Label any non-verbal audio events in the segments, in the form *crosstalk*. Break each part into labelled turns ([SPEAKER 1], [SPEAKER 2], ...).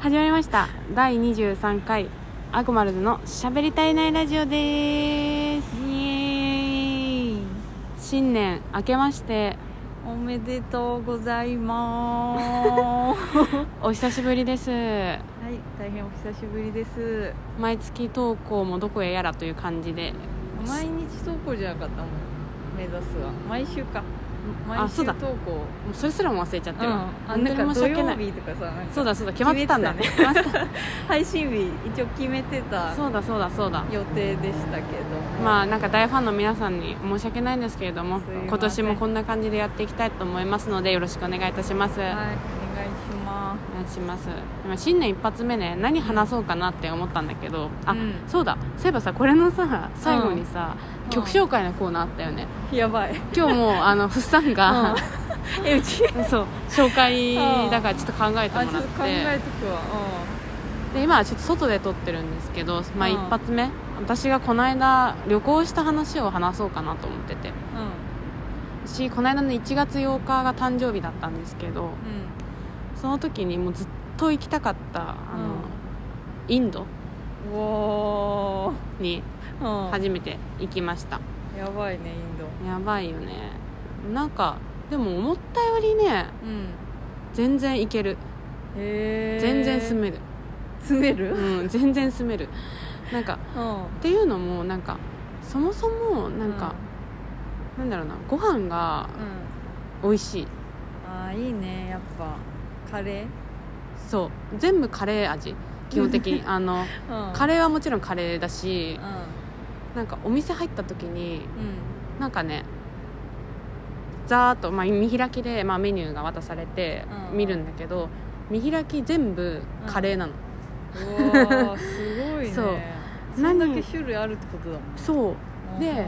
[SPEAKER 1] 始まりました第23回アグマルズのしゃべりたいないラジオです
[SPEAKER 2] イエーイ
[SPEAKER 1] 新年明けまして
[SPEAKER 2] おめでとうございますは
[SPEAKER 1] *laughs* お久しぶりです
[SPEAKER 2] い大変お久しぶりです
[SPEAKER 1] 毎月投稿もどこへやらという感じで
[SPEAKER 2] 毎日投稿じゃなかったもん目指すは毎週か毎
[SPEAKER 1] あ
[SPEAKER 2] 週
[SPEAKER 1] そう
[SPEAKER 2] 投
[SPEAKER 1] だ
[SPEAKER 2] 稿
[SPEAKER 1] もうそれすらも忘れちゃってる、
[SPEAKER 2] あ
[SPEAKER 1] 本当に
[SPEAKER 2] なんか土
[SPEAKER 1] 申し訳な
[SPEAKER 2] 曜
[SPEAKER 1] い
[SPEAKER 2] 日とかさなんか
[SPEAKER 1] そうだそうだ決まってたんだ
[SPEAKER 2] 決
[SPEAKER 1] 決まって
[SPEAKER 2] 配信日一応決めて
[SPEAKER 1] た
[SPEAKER 2] た
[SPEAKER 1] そうだそうだそうだ
[SPEAKER 2] 予定でしたけど
[SPEAKER 1] まあなんか大ファンの皆さんに申し訳ないんですけれども
[SPEAKER 2] すいません
[SPEAKER 1] 今年もこんな感じでやっていきたいと思いますのでよろしくお願いいたします、
[SPEAKER 2] はいお願いします
[SPEAKER 1] お願いします今新年一発目ね何話そうかなって思ったんだけどあ、
[SPEAKER 2] うん
[SPEAKER 1] そうだそういえばさこれのさ最後にさ、
[SPEAKER 2] うん
[SPEAKER 1] 曲紹介のコーナーあったよね
[SPEAKER 2] やば *laughs* い
[SPEAKER 1] 今日もうあのふっさんが、
[SPEAKER 2] えうち
[SPEAKER 1] *laughs* そう紹介だからちょっと考えて
[SPEAKER 2] あ
[SPEAKER 1] も
[SPEAKER 2] ちょ
[SPEAKER 1] ら
[SPEAKER 2] っ
[SPEAKER 1] っ
[SPEAKER 2] と考え
[SPEAKER 1] て
[SPEAKER 2] とくわ
[SPEAKER 1] で今はちょっと外で撮ってるんですけど、まあ、
[SPEAKER 2] うん
[SPEAKER 1] 一発目、私がこの間旅行した話を話そうかなと思ってて
[SPEAKER 2] うん
[SPEAKER 1] 私この間の1月8日が誕生日だったんですけど
[SPEAKER 2] うん
[SPEAKER 1] その時にもうずっと行きたかったあの、
[SPEAKER 2] うん
[SPEAKER 1] インド
[SPEAKER 2] うんおー
[SPEAKER 1] に
[SPEAKER 2] うん
[SPEAKER 1] 初めて行きました
[SPEAKER 2] やばいねインド
[SPEAKER 1] やばいよねなんかでも思ったよりね
[SPEAKER 2] うん
[SPEAKER 1] 全然行ける
[SPEAKER 2] へえ
[SPEAKER 1] 全然住める、
[SPEAKER 2] 住める *laughs*
[SPEAKER 1] うん全然住めるなんか
[SPEAKER 2] うん
[SPEAKER 1] っていうのもなんかそもそもなんか、なんだろうなご飯が
[SPEAKER 2] うん、うん
[SPEAKER 1] 美味しい
[SPEAKER 2] ああいいねやっぱカレ
[SPEAKER 1] そう全部カレー味基本
[SPEAKER 2] *laughs*
[SPEAKER 1] 的にあの
[SPEAKER 2] ー、うん、
[SPEAKER 1] カ
[SPEAKER 2] レ
[SPEAKER 1] レーはもちろんカレーだし
[SPEAKER 2] ー
[SPEAKER 1] なんかお店入った時に
[SPEAKER 2] うんうん
[SPEAKER 1] なんかねざーっと、まあ、見開きで、まあ、メニューが渡されて
[SPEAKER 2] うん
[SPEAKER 1] 見るんだけど、見開き全部カレーなの、 *laughs*
[SPEAKER 2] うわーすごいね
[SPEAKER 1] そう
[SPEAKER 2] そんだけ種類あるってことだもん
[SPEAKER 1] そうで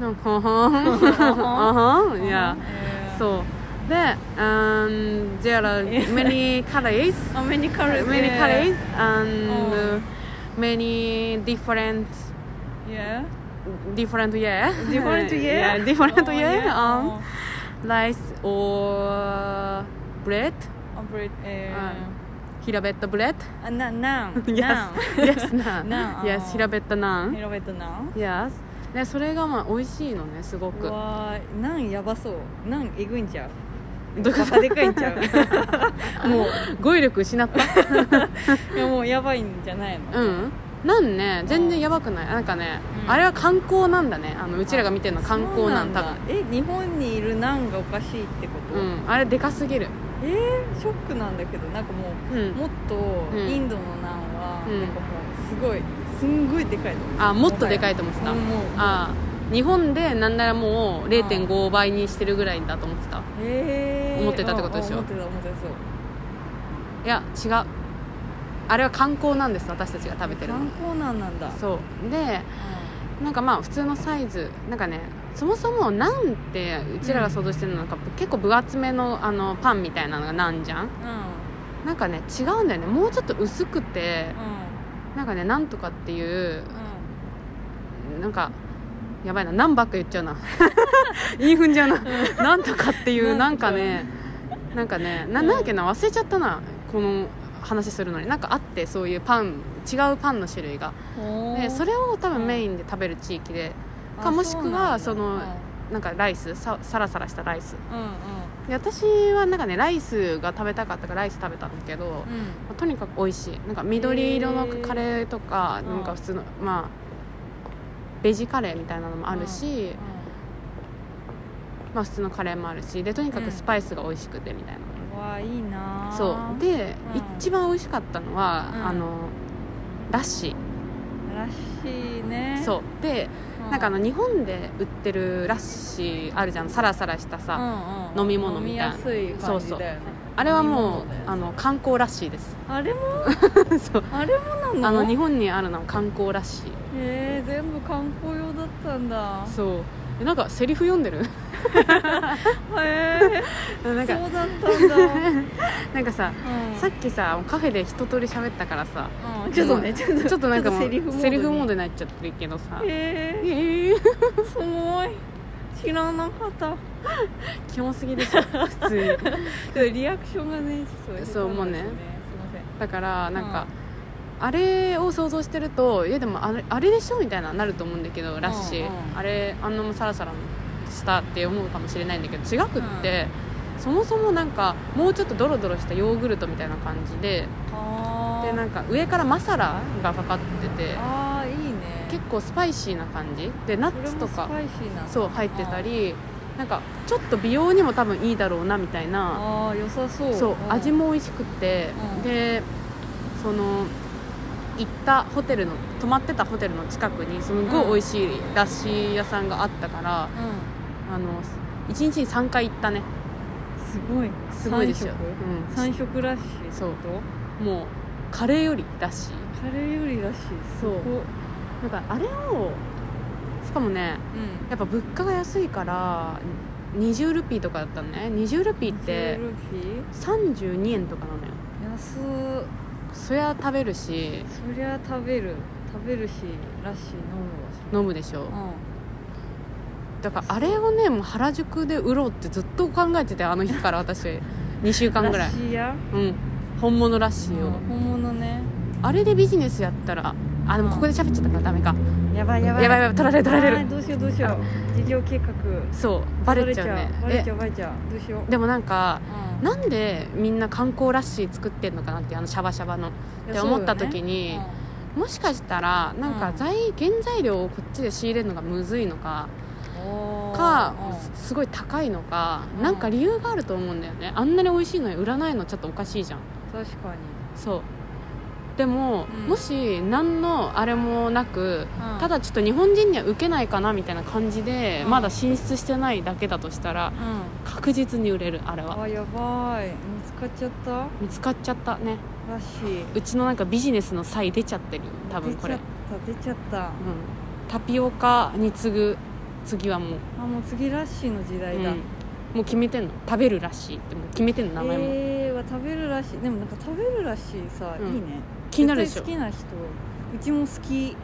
[SPEAKER 2] う
[SPEAKER 1] なんか「あはんあはん」
[SPEAKER 2] ん
[SPEAKER 1] *laughs* いや
[SPEAKER 2] へー
[SPEAKER 1] そうで「um,
[SPEAKER 2] *laughs*
[SPEAKER 1] there are many colors
[SPEAKER 2] あメニカレー
[SPEAKER 1] many colors
[SPEAKER 2] う
[SPEAKER 1] and
[SPEAKER 2] ん
[SPEAKER 1] many different
[SPEAKER 2] yeah
[SPEAKER 1] different yeah
[SPEAKER 2] different yeah
[SPEAKER 1] *laughs* yeah different
[SPEAKER 2] Oh,
[SPEAKER 1] yeah um,
[SPEAKER 2] うん
[SPEAKER 1] rice or bread
[SPEAKER 2] あブレえ
[SPEAKER 1] 平べったブレッド
[SPEAKER 2] ーあななん
[SPEAKER 1] *laughs* Yes.
[SPEAKER 2] なん
[SPEAKER 1] Yes, な
[SPEAKER 2] Naan.
[SPEAKER 1] Yes, 平べったナン
[SPEAKER 2] 平べったなん
[SPEAKER 1] Yes でそれがまあ美味しいのねすご
[SPEAKER 2] う
[SPEAKER 1] くど
[SPEAKER 2] わーなんやばそうなんえぐいんちゃう
[SPEAKER 1] ういうこ
[SPEAKER 2] バカでかいんち
[SPEAKER 1] *laughs*
[SPEAKER 2] ゃう
[SPEAKER 1] ともう語彙力
[SPEAKER 2] *laughs*
[SPEAKER 1] 失った
[SPEAKER 2] いやもうやばいんじゃないの
[SPEAKER 1] うんなんね全然やばくないなんかね、
[SPEAKER 2] うん
[SPEAKER 1] あれは観光なんだねあのうちらが見てるのは観光なん
[SPEAKER 2] そう
[SPEAKER 1] 多分
[SPEAKER 2] だえ日本にいるなんがおかしいってこと、
[SPEAKER 1] うんあれでかすぎる
[SPEAKER 2] ショックなんだけどなんかも
[SPEAKER 1] う
[SPEAKER 2] うんもっと
[SPEAKER 1] ん
[SPEAKER 2] インドのなんは、
[SPEAKER 1] うん
[SPEAKER 2] なんかもうすごいすんごいでかいと思う
[SPEAKER 1] あもっとでかいと思って
[SPEAKER 2] も
[SPEAKER 1] た、
[SPEAKER 2] うもう
[SPEAKER 1] あー日本でなんならもう0.5倍にしてるぐらいだと思ってた
[SPEAKER 2] えー
[SPEAKER 1] 思ってたってことでしょ
[SPEAKER 2] うんうん思ってた思ってたそう
[SPEAKER 1] いや違うあれは観光なんです私たちが食べてるの
[SPEAKER 2] 観光なんなんだ
[SPEAKER 1] そうでなんかまあ普通のサイズなんかねそもそもナンってうちらが想像してるのなんか結構分厚めのあのパンみたいなのがナンじゃん
[SPEAKER 2] うんうん
[SPEAKER 1] なんかね違うんだよねもうちょっと薄くてなんかねなんとかっていうなんかやばいな何ばっか言っちゃ *laughs* うな言い踏んじゃうななんとかっていうな
[SPEAKER 2] なんんと
[SPEAKER 1] か
[SPEAKER 2] か
[SPEAKER 1] ねなんかねな
[SPEAKER 2] うん
[SPEAKER 1] なんだっけな忘れちゃったなこの話するのになんかあってそういうパン違うパンの種類が
[SPEAKER 2] うん
[SPEAKER 1] でそ
[SPEAKER 2] れ
[SPEAKER 1] れを多分メインで食べる地域でかもしくはそのなんかライスさサラサラしたライス
[SPEAKER 2] うんうん
[SPEAKER 1] で私はなんかねライスが食べたかったからライス食べたんだけど、
[SPEAKER 2] うん
[SPEAKER 1] まあとにかく美味しいなんか緑色のカレーとか、
[SPEAKER 2] へー
[SPEAKER 1] なんか普通のまあベジカレーみたいなのもあるし、まあ、普通のカレーもあるしでとにか
[SPEAKER 2] う
[SPEAKER 1] く
[SPEAKER 2] ん
[SPEAKER 1] スパイスが美味しくてみたい
[SPEAKER 2] う
[SPEAKER 1] な、
[SPEAKER 2] んわあいいなあ
[SPEAKER 1] そうで、
[SPEAKER 2] うん
[SPEAKER 1] 一番美味しかったのは、
[SPEAKER 2] うん
[SPEAKER 1] あのラッシ
[SPEAKER 2] らしいね
[SPEAKER 1] ーそうで、
[SPEAKER 2] うん
[SPEAKER 1] なんかあの日本で売ってるラッシーあるじゃんサラサラしたさ、
[SPEAKER 2] うんうん
[SPEAKER 1] 飲み物みたいな
[SPEAKER 2] 飲みやすい感じだよね
[SPEAKER 1] あれはもう
[SPEAKER 2] 飲み物だよね
[SPEAKER 1] あの観光ラッシーです *laughs*
[SPEAKER 2] あれも
[SPEAKER 1] そう
[SPEAKER 2] あれもな
[SPEAKER 1] あ
[SPEAKER 2] の
[SPEAKER 1] の日本にあるのは観光ラッシー
[SPEAKER 2] えー、全部観光用だったん
[SPEAKER 1] *laughs*
[SPEAKER 2] だ
[SPEAKER 1] そうえなんかセリフ読んで *laughs* る
[SPEAKER 2] へえ
[SPEAKER 1] なんか
[SPEAKER 2] そうだったんだ、
[SPEAKER 1] *laughs* なんかさ
[SPEAKER 2] うん、
[SPEAKER 1] さっきさカフェで一通り喋ったから *laughs* さ
[SPEAKER 2] うん、ちょっとね
[SPEAKER 1] ち
[SPEAKER 2] ち
[SPEAKER 1] ょ
[SPEAKER 2] ょ
[SPEAKER 1] っ
[SPEAKER 2] っ
[SPEAKER 1] と
[SPEAKER 2] と
[SPEAKER 1] なんかもう
[SPEAKER 2] セリフモードに
[SPEAKER 1] セリフモードになっちゃってるけどさ
[SPEAKER 2] え
[SPEAKER 1] ええ
[SPEAKER 2] ー、すごい知らなかった
[SPEAKER 1] キモすぎでしょ普通に *laughs*
[SPEAKER 2] でリアクションがねちょっと下手なんです
[SPEAKER 1] そうもうね
[SPEAKER 2] すいません
[SPEAKER 1] だからなんか、あれを想像してるといやでもあれあれでしょみたいななると思うんだけどラッシー、
[SPEAKER 2] うんうん
[SPEAKER 1] あれあんなもんサラサラしたって思うかもしれないんだけど違くって、そもそもなんかもうちょっとドロドロしたヨーグルトみたいな感じで
[SPEAKER 2] あー
[SPEAKER 1] でなんか上からマサラがかかってて
[SPEAKER 2] あーいいね
[SPEAKER 1] 結構スパイシーな感じでナッツとか
[SPEAKER 2] それもスパイシーな
[SPEAKER 1] そう入ってたりなんかちょっと美容にも多分いいだろうなみたいな
[SPEAKER 2] ああー良さそう
[SPEAKER 1] そう
[SPEAKER 2] うん
[SPEAKER 1] 味も美味しくって、
[SPEAKER 2] うん
[SPEAKER 1] でその行ったホテルの泊まってたホテルの近くにすんごい美味しいラッシー屋さんがあったから、
[SPEAKER 2] う
[SPEAKER 1] あの1日に3回行ったね
[SPEAKER 2] んすごい
[SPEAKER 1] すごいですよ、うん
[SPEAKER 2] 三色ラッシー
[SPEAKER 1] そう
[SPEAKER 2] と
[SPEAKER 1] もうカレーよりラッシー
[SPEAKER 2] カレーよりラッシー
[SPEAKER 1] そうなんかあれをしかもね
[SPEAKER 2] うん
[SPEAKER 1] やっぱ物価が安いから20ルピーとかだったのね20ルピーって
[SPEAKER 2] ルフィ
[SPEAKER 1] 32円とかなのよ
[SPEAKER 2] 安
[SPEAKER 1] そりゃ食べるし
[SPEAKER 2] そりゃ食べる食べるしラッシー飲むわ
[SPEAKER 1] 飲むでしょ
[SPEAKER 2] うん
[SPEAKER 1] だからあれをねもう原宿で売ろうってずっと考えててあの日か
[SPEAKER 2] *laughs*
[SPEAKER 1] ら私2週間ぐら
[SPEAKER 2] ラッ
[SPEAKER 1] い
[SPEAKER 2] シーや
[SPEAKER 1] うん本物らしいよ、
[SPEAKER 2] うん本物ね
[SPEAKER 1] あれでビジネスやったらあでもここで喋っちゃったからダメか
[SPEAKER 2] やばい
[SPEAKER 1] や
[SPEAKER 2] や
[SPEAKER 1] ば
[SPEAKER 2] ば
[SPEAKER 1] い
[SPEAKER 2] い
[SPEAKER 1] やばい取られる取られ
[SPEAKER 2] あー
[SPEAKER 1] る
[SPEAKER 2] どうしようどうしよう事業計画
[SPEAKER 1] そうバレちゃうね
[SPEAKER 2] バレちゃ
[SPEAKER 1] え
[SPEAKER 2] うバレちゃうどうしよう
[SPEAKER 1] でもなんか
[SPEAKER 2] うん
[SPEAKER 1] なんでみんな観光ラッシー作ってんのかなっていうあのシャバシャバのって思った時
[SPEAKER 2] い
[SPEAKER 1] に、
[SPEAKER 2] や
[SPEAKER 1] もしかしたらなんか
[SPEAKER 2] うん
[SPEAKER 1] 材原材料をこっちで仕入れるのがむずいのか
[SPEAKER 2] そうよね
[SPEAKER 1] か
[SPEAKER 2] うんおー
[SPEAKER 1] すごい高いのか
[SPEAKER 2] うん
[SPEAKER 1] なんか理由があると思うんだよねあんなに美味しいのに売らないのちょっとおかしいじゃん
[SPEAKER 2] うん確かに
[SPEAKER 1] そうでも、
[SPEAKER 2] うん
[SPEAKER 1] もし何のあれもなく、
[SPEAKER 2] うん
[SPEAKER 1] ただちょっと日本人には受けないかなみたいな感じで、
[SPEAKER 2] うん
[SPEAKER 1] まだ進出してないだけだとしたら
[SPEAKER 2] う
[SPEAKER 1] 確実に売れるあれ
[SPEAKER 2] ん
[SPEAKER 1] は
[SPEAKER 2] あやばい見つかっちゃった
[SPEAKER 1] 見つかっちゃったね
[SPEAKER 2] らしいう
[SPEAKER 1] ちのなんかビジネスの際出ちゃってる多分これ、う
[SPEAKER 2] 出
[SPEAKER 1] ん
[SPEAKER 2] ち、ゃった出ちゃった
[SPEAKER 1] タピオカに次ぐ次はもう、
[SPEAKER 2] あもう次ラッシーの時代だ、
[SPEAKER 1] うんもう決めてんの食べるらしいってもう決めてんの名前も、
[SPEAKER 2] えー、は食べるらしいでもなんか食べるらしいさ、
[SPEAKER 1] うん
[SPEAKER 2] いいね
[SPEAKER 1] 気になるでしょ
[SPEAKER 2] 絶対好きな人うちも好き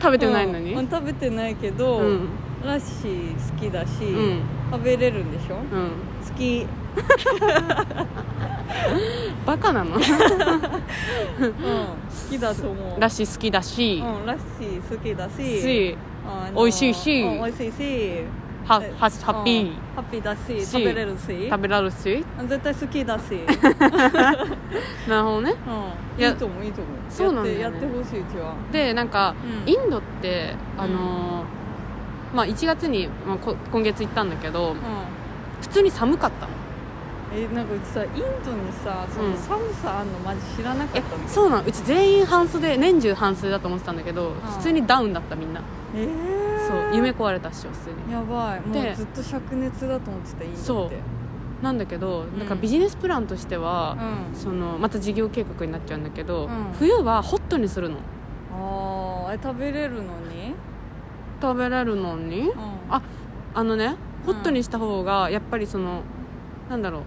[SPEAKER 1] 食べてないのに
[SPEAKER 2] うん食べてないけど、
[SPEAKER 1] うん
[SPEAKER 2] ラッシー好きだし、
[SPEAKER 1] うん
[SPEAKER 2] 食べれるんでしょ
[SPEAKER 1] うん
[SPEAKER 2] 好き
[SPEAKER 1] バカなの
[SPEAKER 2] うん好きだと思う
[SPEAKER 1] らし好きだし、
[SPEAKER 2] うん、ラッシー好きだし
[SPEAKER 1] し
[SPEAKER 2] あの
[SPEAKER 1] 美味しいし
[SPEAKER 2] うん美味しいし
[SPEAKER 1] はは
[SPEAKER 2] え
[SPEAKER 1] ハッピ
[SPEAKER 2] うん
[SPEAKER 1] ー
[SPEAKER 2] ハッピーだし
[SPEAKER 1] し
[SPEAKER 2] 食べれるし
[SPEAKER 1] 食べられるし
[SPEAKER 2] 絶対好き
[SPEAKER 1] *laughs*
[SPEAKER 2] だし、
[SPEAKER 1] なるほどね
[SPEAKER 2] うん、
[SPEAKER 1] いや
[SPEAKER 2] いいと思ういいと思う
[SPEAKER 1] そうなんだよね
[SPEAKER 2] やってやってほしいうちは、
[SPEAKER 1] でなんか
[SPEAKER 2] うん
[SPEAKER 1] インドってあのーまあ1月に、まあ、こ今月行ったんだけど
[SPEAKER 2] うん
[SPEAKER 1] 普通に寒かったの
[SPEAKER 2] えなんかうちさインドにさそ
[SPEAKER 1] うん
[SPEAKER 2] の寒さあんのマジ知らなか
[SPEAKER 1] え
[SPEAKER 2] ったの、
[SPEAKER 1] そうなのうち全員半袖年中半袖だと思ってたんだけど普通にダウンだったみんな
[SPEAKER 2] えー
[SPEAKER 1] そう夢壊れたっしょ普通に
[SPEAKER 2] やばいも
[SPEAKER 1] で
[SPEAKER 2] うずっと灼熱だと思ってたインドって
[SPEAKER 1] そうなんだけど
[SPEAKER 2] ん
[SPEAKER 1] なんかビジネスプランとして
[SPEAKER 2] う
[SPEAKER 1] は、
[SPEAKER 2] ん
[SPEAKER 1] そのまた事業計画になっちゃうんだけど、
[SPEAKER 2] うん
[SPEAKER 1] 冬はホットにするの
[SPEAKER 2] あーえ食べれるのに、
[SPEAKER 1] 食べれるのに
[SPEAKER 2] うん、
[SPEAKER 1] ああのねホ
[SPEAKER 2] うん
[SPEAKER 1] ットにした方がやっぱりそのなんだろう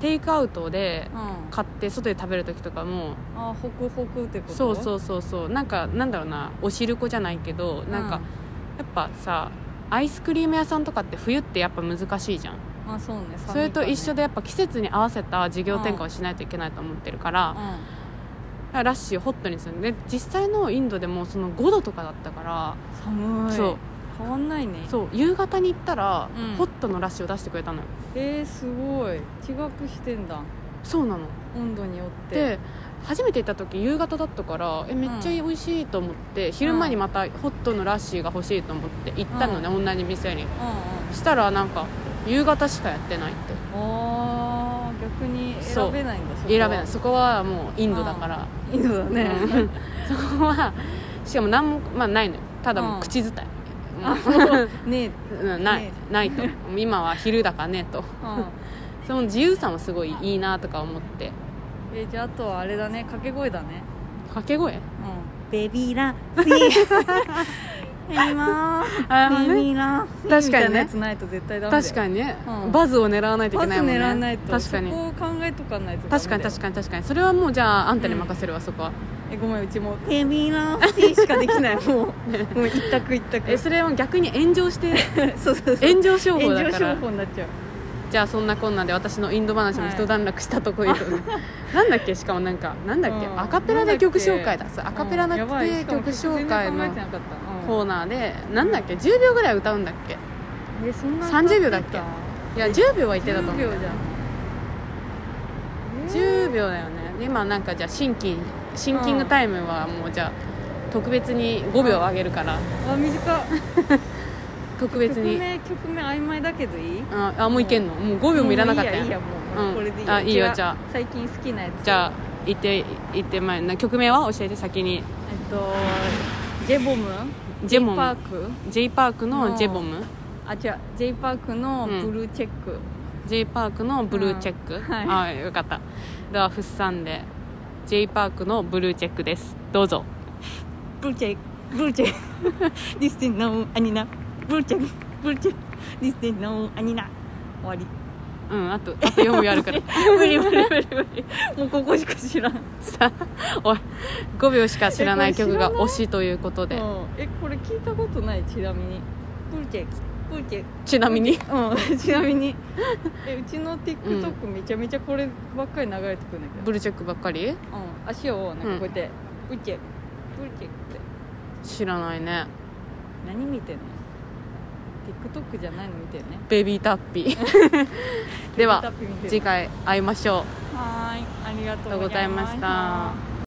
[SPEAKER 1] テイクアウトで
[SPEAKER 2] うん
[SPEAKER 1] 買って外で食べる時とかも
[SPEAKER 2] あホクホクってこと
[SPEAKER 1] そう
[SPEAKER 2] う
[SPEAKER 1] そうそうそうなんかなんだろうなお汁粉じゃないけどなんか、やっぱさアイスクリーム屋さんとかって冬ってやっぱ難しいじゃん、
[SPEAKER 2] まあそうね寒いか
[SPEAKER 1] そ
[SPEAKER 2] ら
[SPEAKER 1] れ
[SPEAKER 2] ね
[SPEAKER 1] と一緒でやっぱ季節に合わせた事業転換をしないといけないと思ってるか
[SPEAKER 2] う
[SPEAKER 1] ら,、ラッシュホットにするで実際のインドでもその5度とかだったから、
[SPEAKER 2] ん寒い
[SPEAKER 1] そう
[SPEAKER 2] 変わんないね
[SPEAKER 1] そう夕方に行ったら、
[SPEAKER 2] うん
[SPEAKER 1] ホットのラッシュを出してくれたのよ
[SPEAKER 2] えー、すごい違くしてんだ
[SPEAKER 1] そうなの
[SPEAKER 2] 温度によって
[SPEAKER 1] で初めて行った時夕方だったからえめっちゃ美味しいと思って、昼間にまたホットのラッシーが欲しいと思って行ったのね、同じ店に
[SPEAKER 2] うんうん
[SPEAKER 1] したらなんか夕方しかやってないって
[SPEAKER 2] あー逆に
[SPEAKER 1] そ
[SPEAKER 2] 選
[SPEAKER 1] う
[SPEAKER 2] べないんだそこ
[SPEAKER 1] 選べないそこはもうインドだから、
[SPEAKER 2] インドだ *laughs* ね、
[SPEAKER 1] うんそこはしかも何も、まあ、ないのよただもう口伝い、
[SPEAKER 2] あそうね
[SPEAKER 1] うんうんない、
[SPEAKER 2] ね
[SPEAKER 1] ないと今は昼だからねと
[SPEAKER 2] うん
[SPEAKER 1] その自由さもすごいいいなとか思って
[SPEAKER 2] えじゃああとはあれだね掛け声だね
[SPEAKER 1] 掛け声
[SPEAKER 2] うんベビーラッ *laughs* シー今
[SPEAKER 1] あ
[SPEAKER 2] ベビーラッシー
[SPEAKER 1] 確か
[SPEAKER 2] みたい
[SPEAKER 1] にね
[SPEAKER 2] なやつないと絶対ダメだよ
[SPEAKER 1] 確かにね、
[SPEAKER 2] うん
[SPEAKER 1] バズを狙わないといけ
[SPEAKER 2] パス
[SPEAKER 1] ないもんね
[SPEAKER 2] 狙わないと
[SPEAKER 1] 確かに
[SPEAKER 2] そこを考えとかないと
[SPEAKER 1] 確かに確
[SPEAKER 2] か
[SPEAKER 1] かに確かにそれはもうじゃああんたに任せるわ、そこは
[SPEAKER 2] にえごめんうちもうベビーラッシーしかできない *laughs* もうもう一択一択
[SPEAKER 1] えそれは逆に炎上して
[SPEAKER 2] *laughs* そうそうそう
[SPEAKER 1] 炎上商法
[SPEAKER 2] 炎
[SPEAKER 1] だ
[SPEAKER 2] 上
[SPEAKER 1] か
[SPEAKER 2] 商
[SPEAKER 1] ら
[SPEAKER 2] 法になっちゃう
[SPEAKER 1] じゃあそんなこんなで私のインド話も一段落したところで、 *laughs* なんだっけしかもなんかなんだっけ、
[SPEAKER 2] うん
[SPEAKER 1] アカペラで曲紹介だそうア
[SPEAKER 2] ア
[SPEAKER 1] カペラな曲紹介のコ
[SPEAKER 2] こ
[SPEAKER 1] ーナーでなんだっけ10秒ぐらい歌うんだっけ
[SPEAKER 2] うんえそんな
[SPEAKER 1] 30秒だっけいや10秒は言ってたと思
[SPEAKER 2] 10
[SPEAKER 1] う
[SPEAKER 2] 秒じゃん
[SPEAKER 1] 10秒だよねで今なんかじゃあシンキンシンキングタイムはもうじゃあ特別に5秒あげるから
[SPEAKER 2] あ短っ
[SPEAKER 1] 特別に
[SPEAKER 2] 曲名曲名曖昧だけどいい
[SPEAKER 1] ああもういけんのもう5秒もいらなかった
[SPEAKER 2] もう
[SPEAKER 1] や
[SPEAKER 2] んいいやいいやも
[SPEAKER 1] う
[SPEAKER 2] うんこれでいい
[SPEAKER 1] あいいよ
[SPEAKER 2] うちが
[SPEAKER 1] じゃ
[SPEAKER 2] 最近好きなやつ
[SPEAKER 1] じゃあ言って言って前な曲名は教えて先に
[SPEAKER 2] えっとジェボム
[SPEAKER 1] ジェボ
[SPEAKER 2] J パー
[SPEAKER 1] ム
[SPEAKER 2] ク
[SPEAKER 1] J パーク
[SPEAKER 2] の
[SPEAKER 1] のジェボム
[SPEAKER 2] あ違う J パークの
[SPEAKER 1] うん
[SPEAKER 2] ブルーチェック、
[SPEAKER 1] J パークのブルーチェック、
[SPEAKER 2] んはい
[SPEAKER 1] ああよかったではフッサンで J パークのブルーチェックですどうぞ
[SPEAKER 2] ブルーチェックブルーチェック *laughs* This is no アニナブルーチェックブルーチェック This is no アニナ終
[SPEAKER 1] *laughs*
[SPEAKER 2] わり
[SPEAKER 1] うんあとあと4秒あるから
[SPEAKER 2] *laughs* 無理無理無理無理もうここしか知らん
[SPEAKER 1] さあおい5秒しか知らない曲が推しということで
[SPEAKER 2] うんえこれ聞いたことないちなみにブルチェブルチェ
[SPEAKER 1] ちなみに
[SPEAKER 2] うんちなみに *laughs* えうちの TikTok めちゃめちゃこればっかり流れてくるんだけど、
[SPEAKER 1] ブルーチェックばっかり
[SPEAKER 2] うん、足をなんかこうやって、ブルチェブルチェって
[SPEAKER 1] 知らないね
[SPEAKER 2] 何見てんの TikTok じゃないの見てんね
[SPEAKER 1] ベビータッピーでは次回会いましょう
[SPEAKER 2] はーいありが
[SPEAKER 1] あり
[SPEAKER 2] と
[SPEAKER 1] が
[SPEAKER 2] う
[SPEAKER 1] と
[SPEAKER 2] ご
[SPEAKER 1] うござ
[SPEAKER 2] ざい
[SPEAKER 1] いま
[SPEAKER 2] まし
[SPEAKER 1] したた。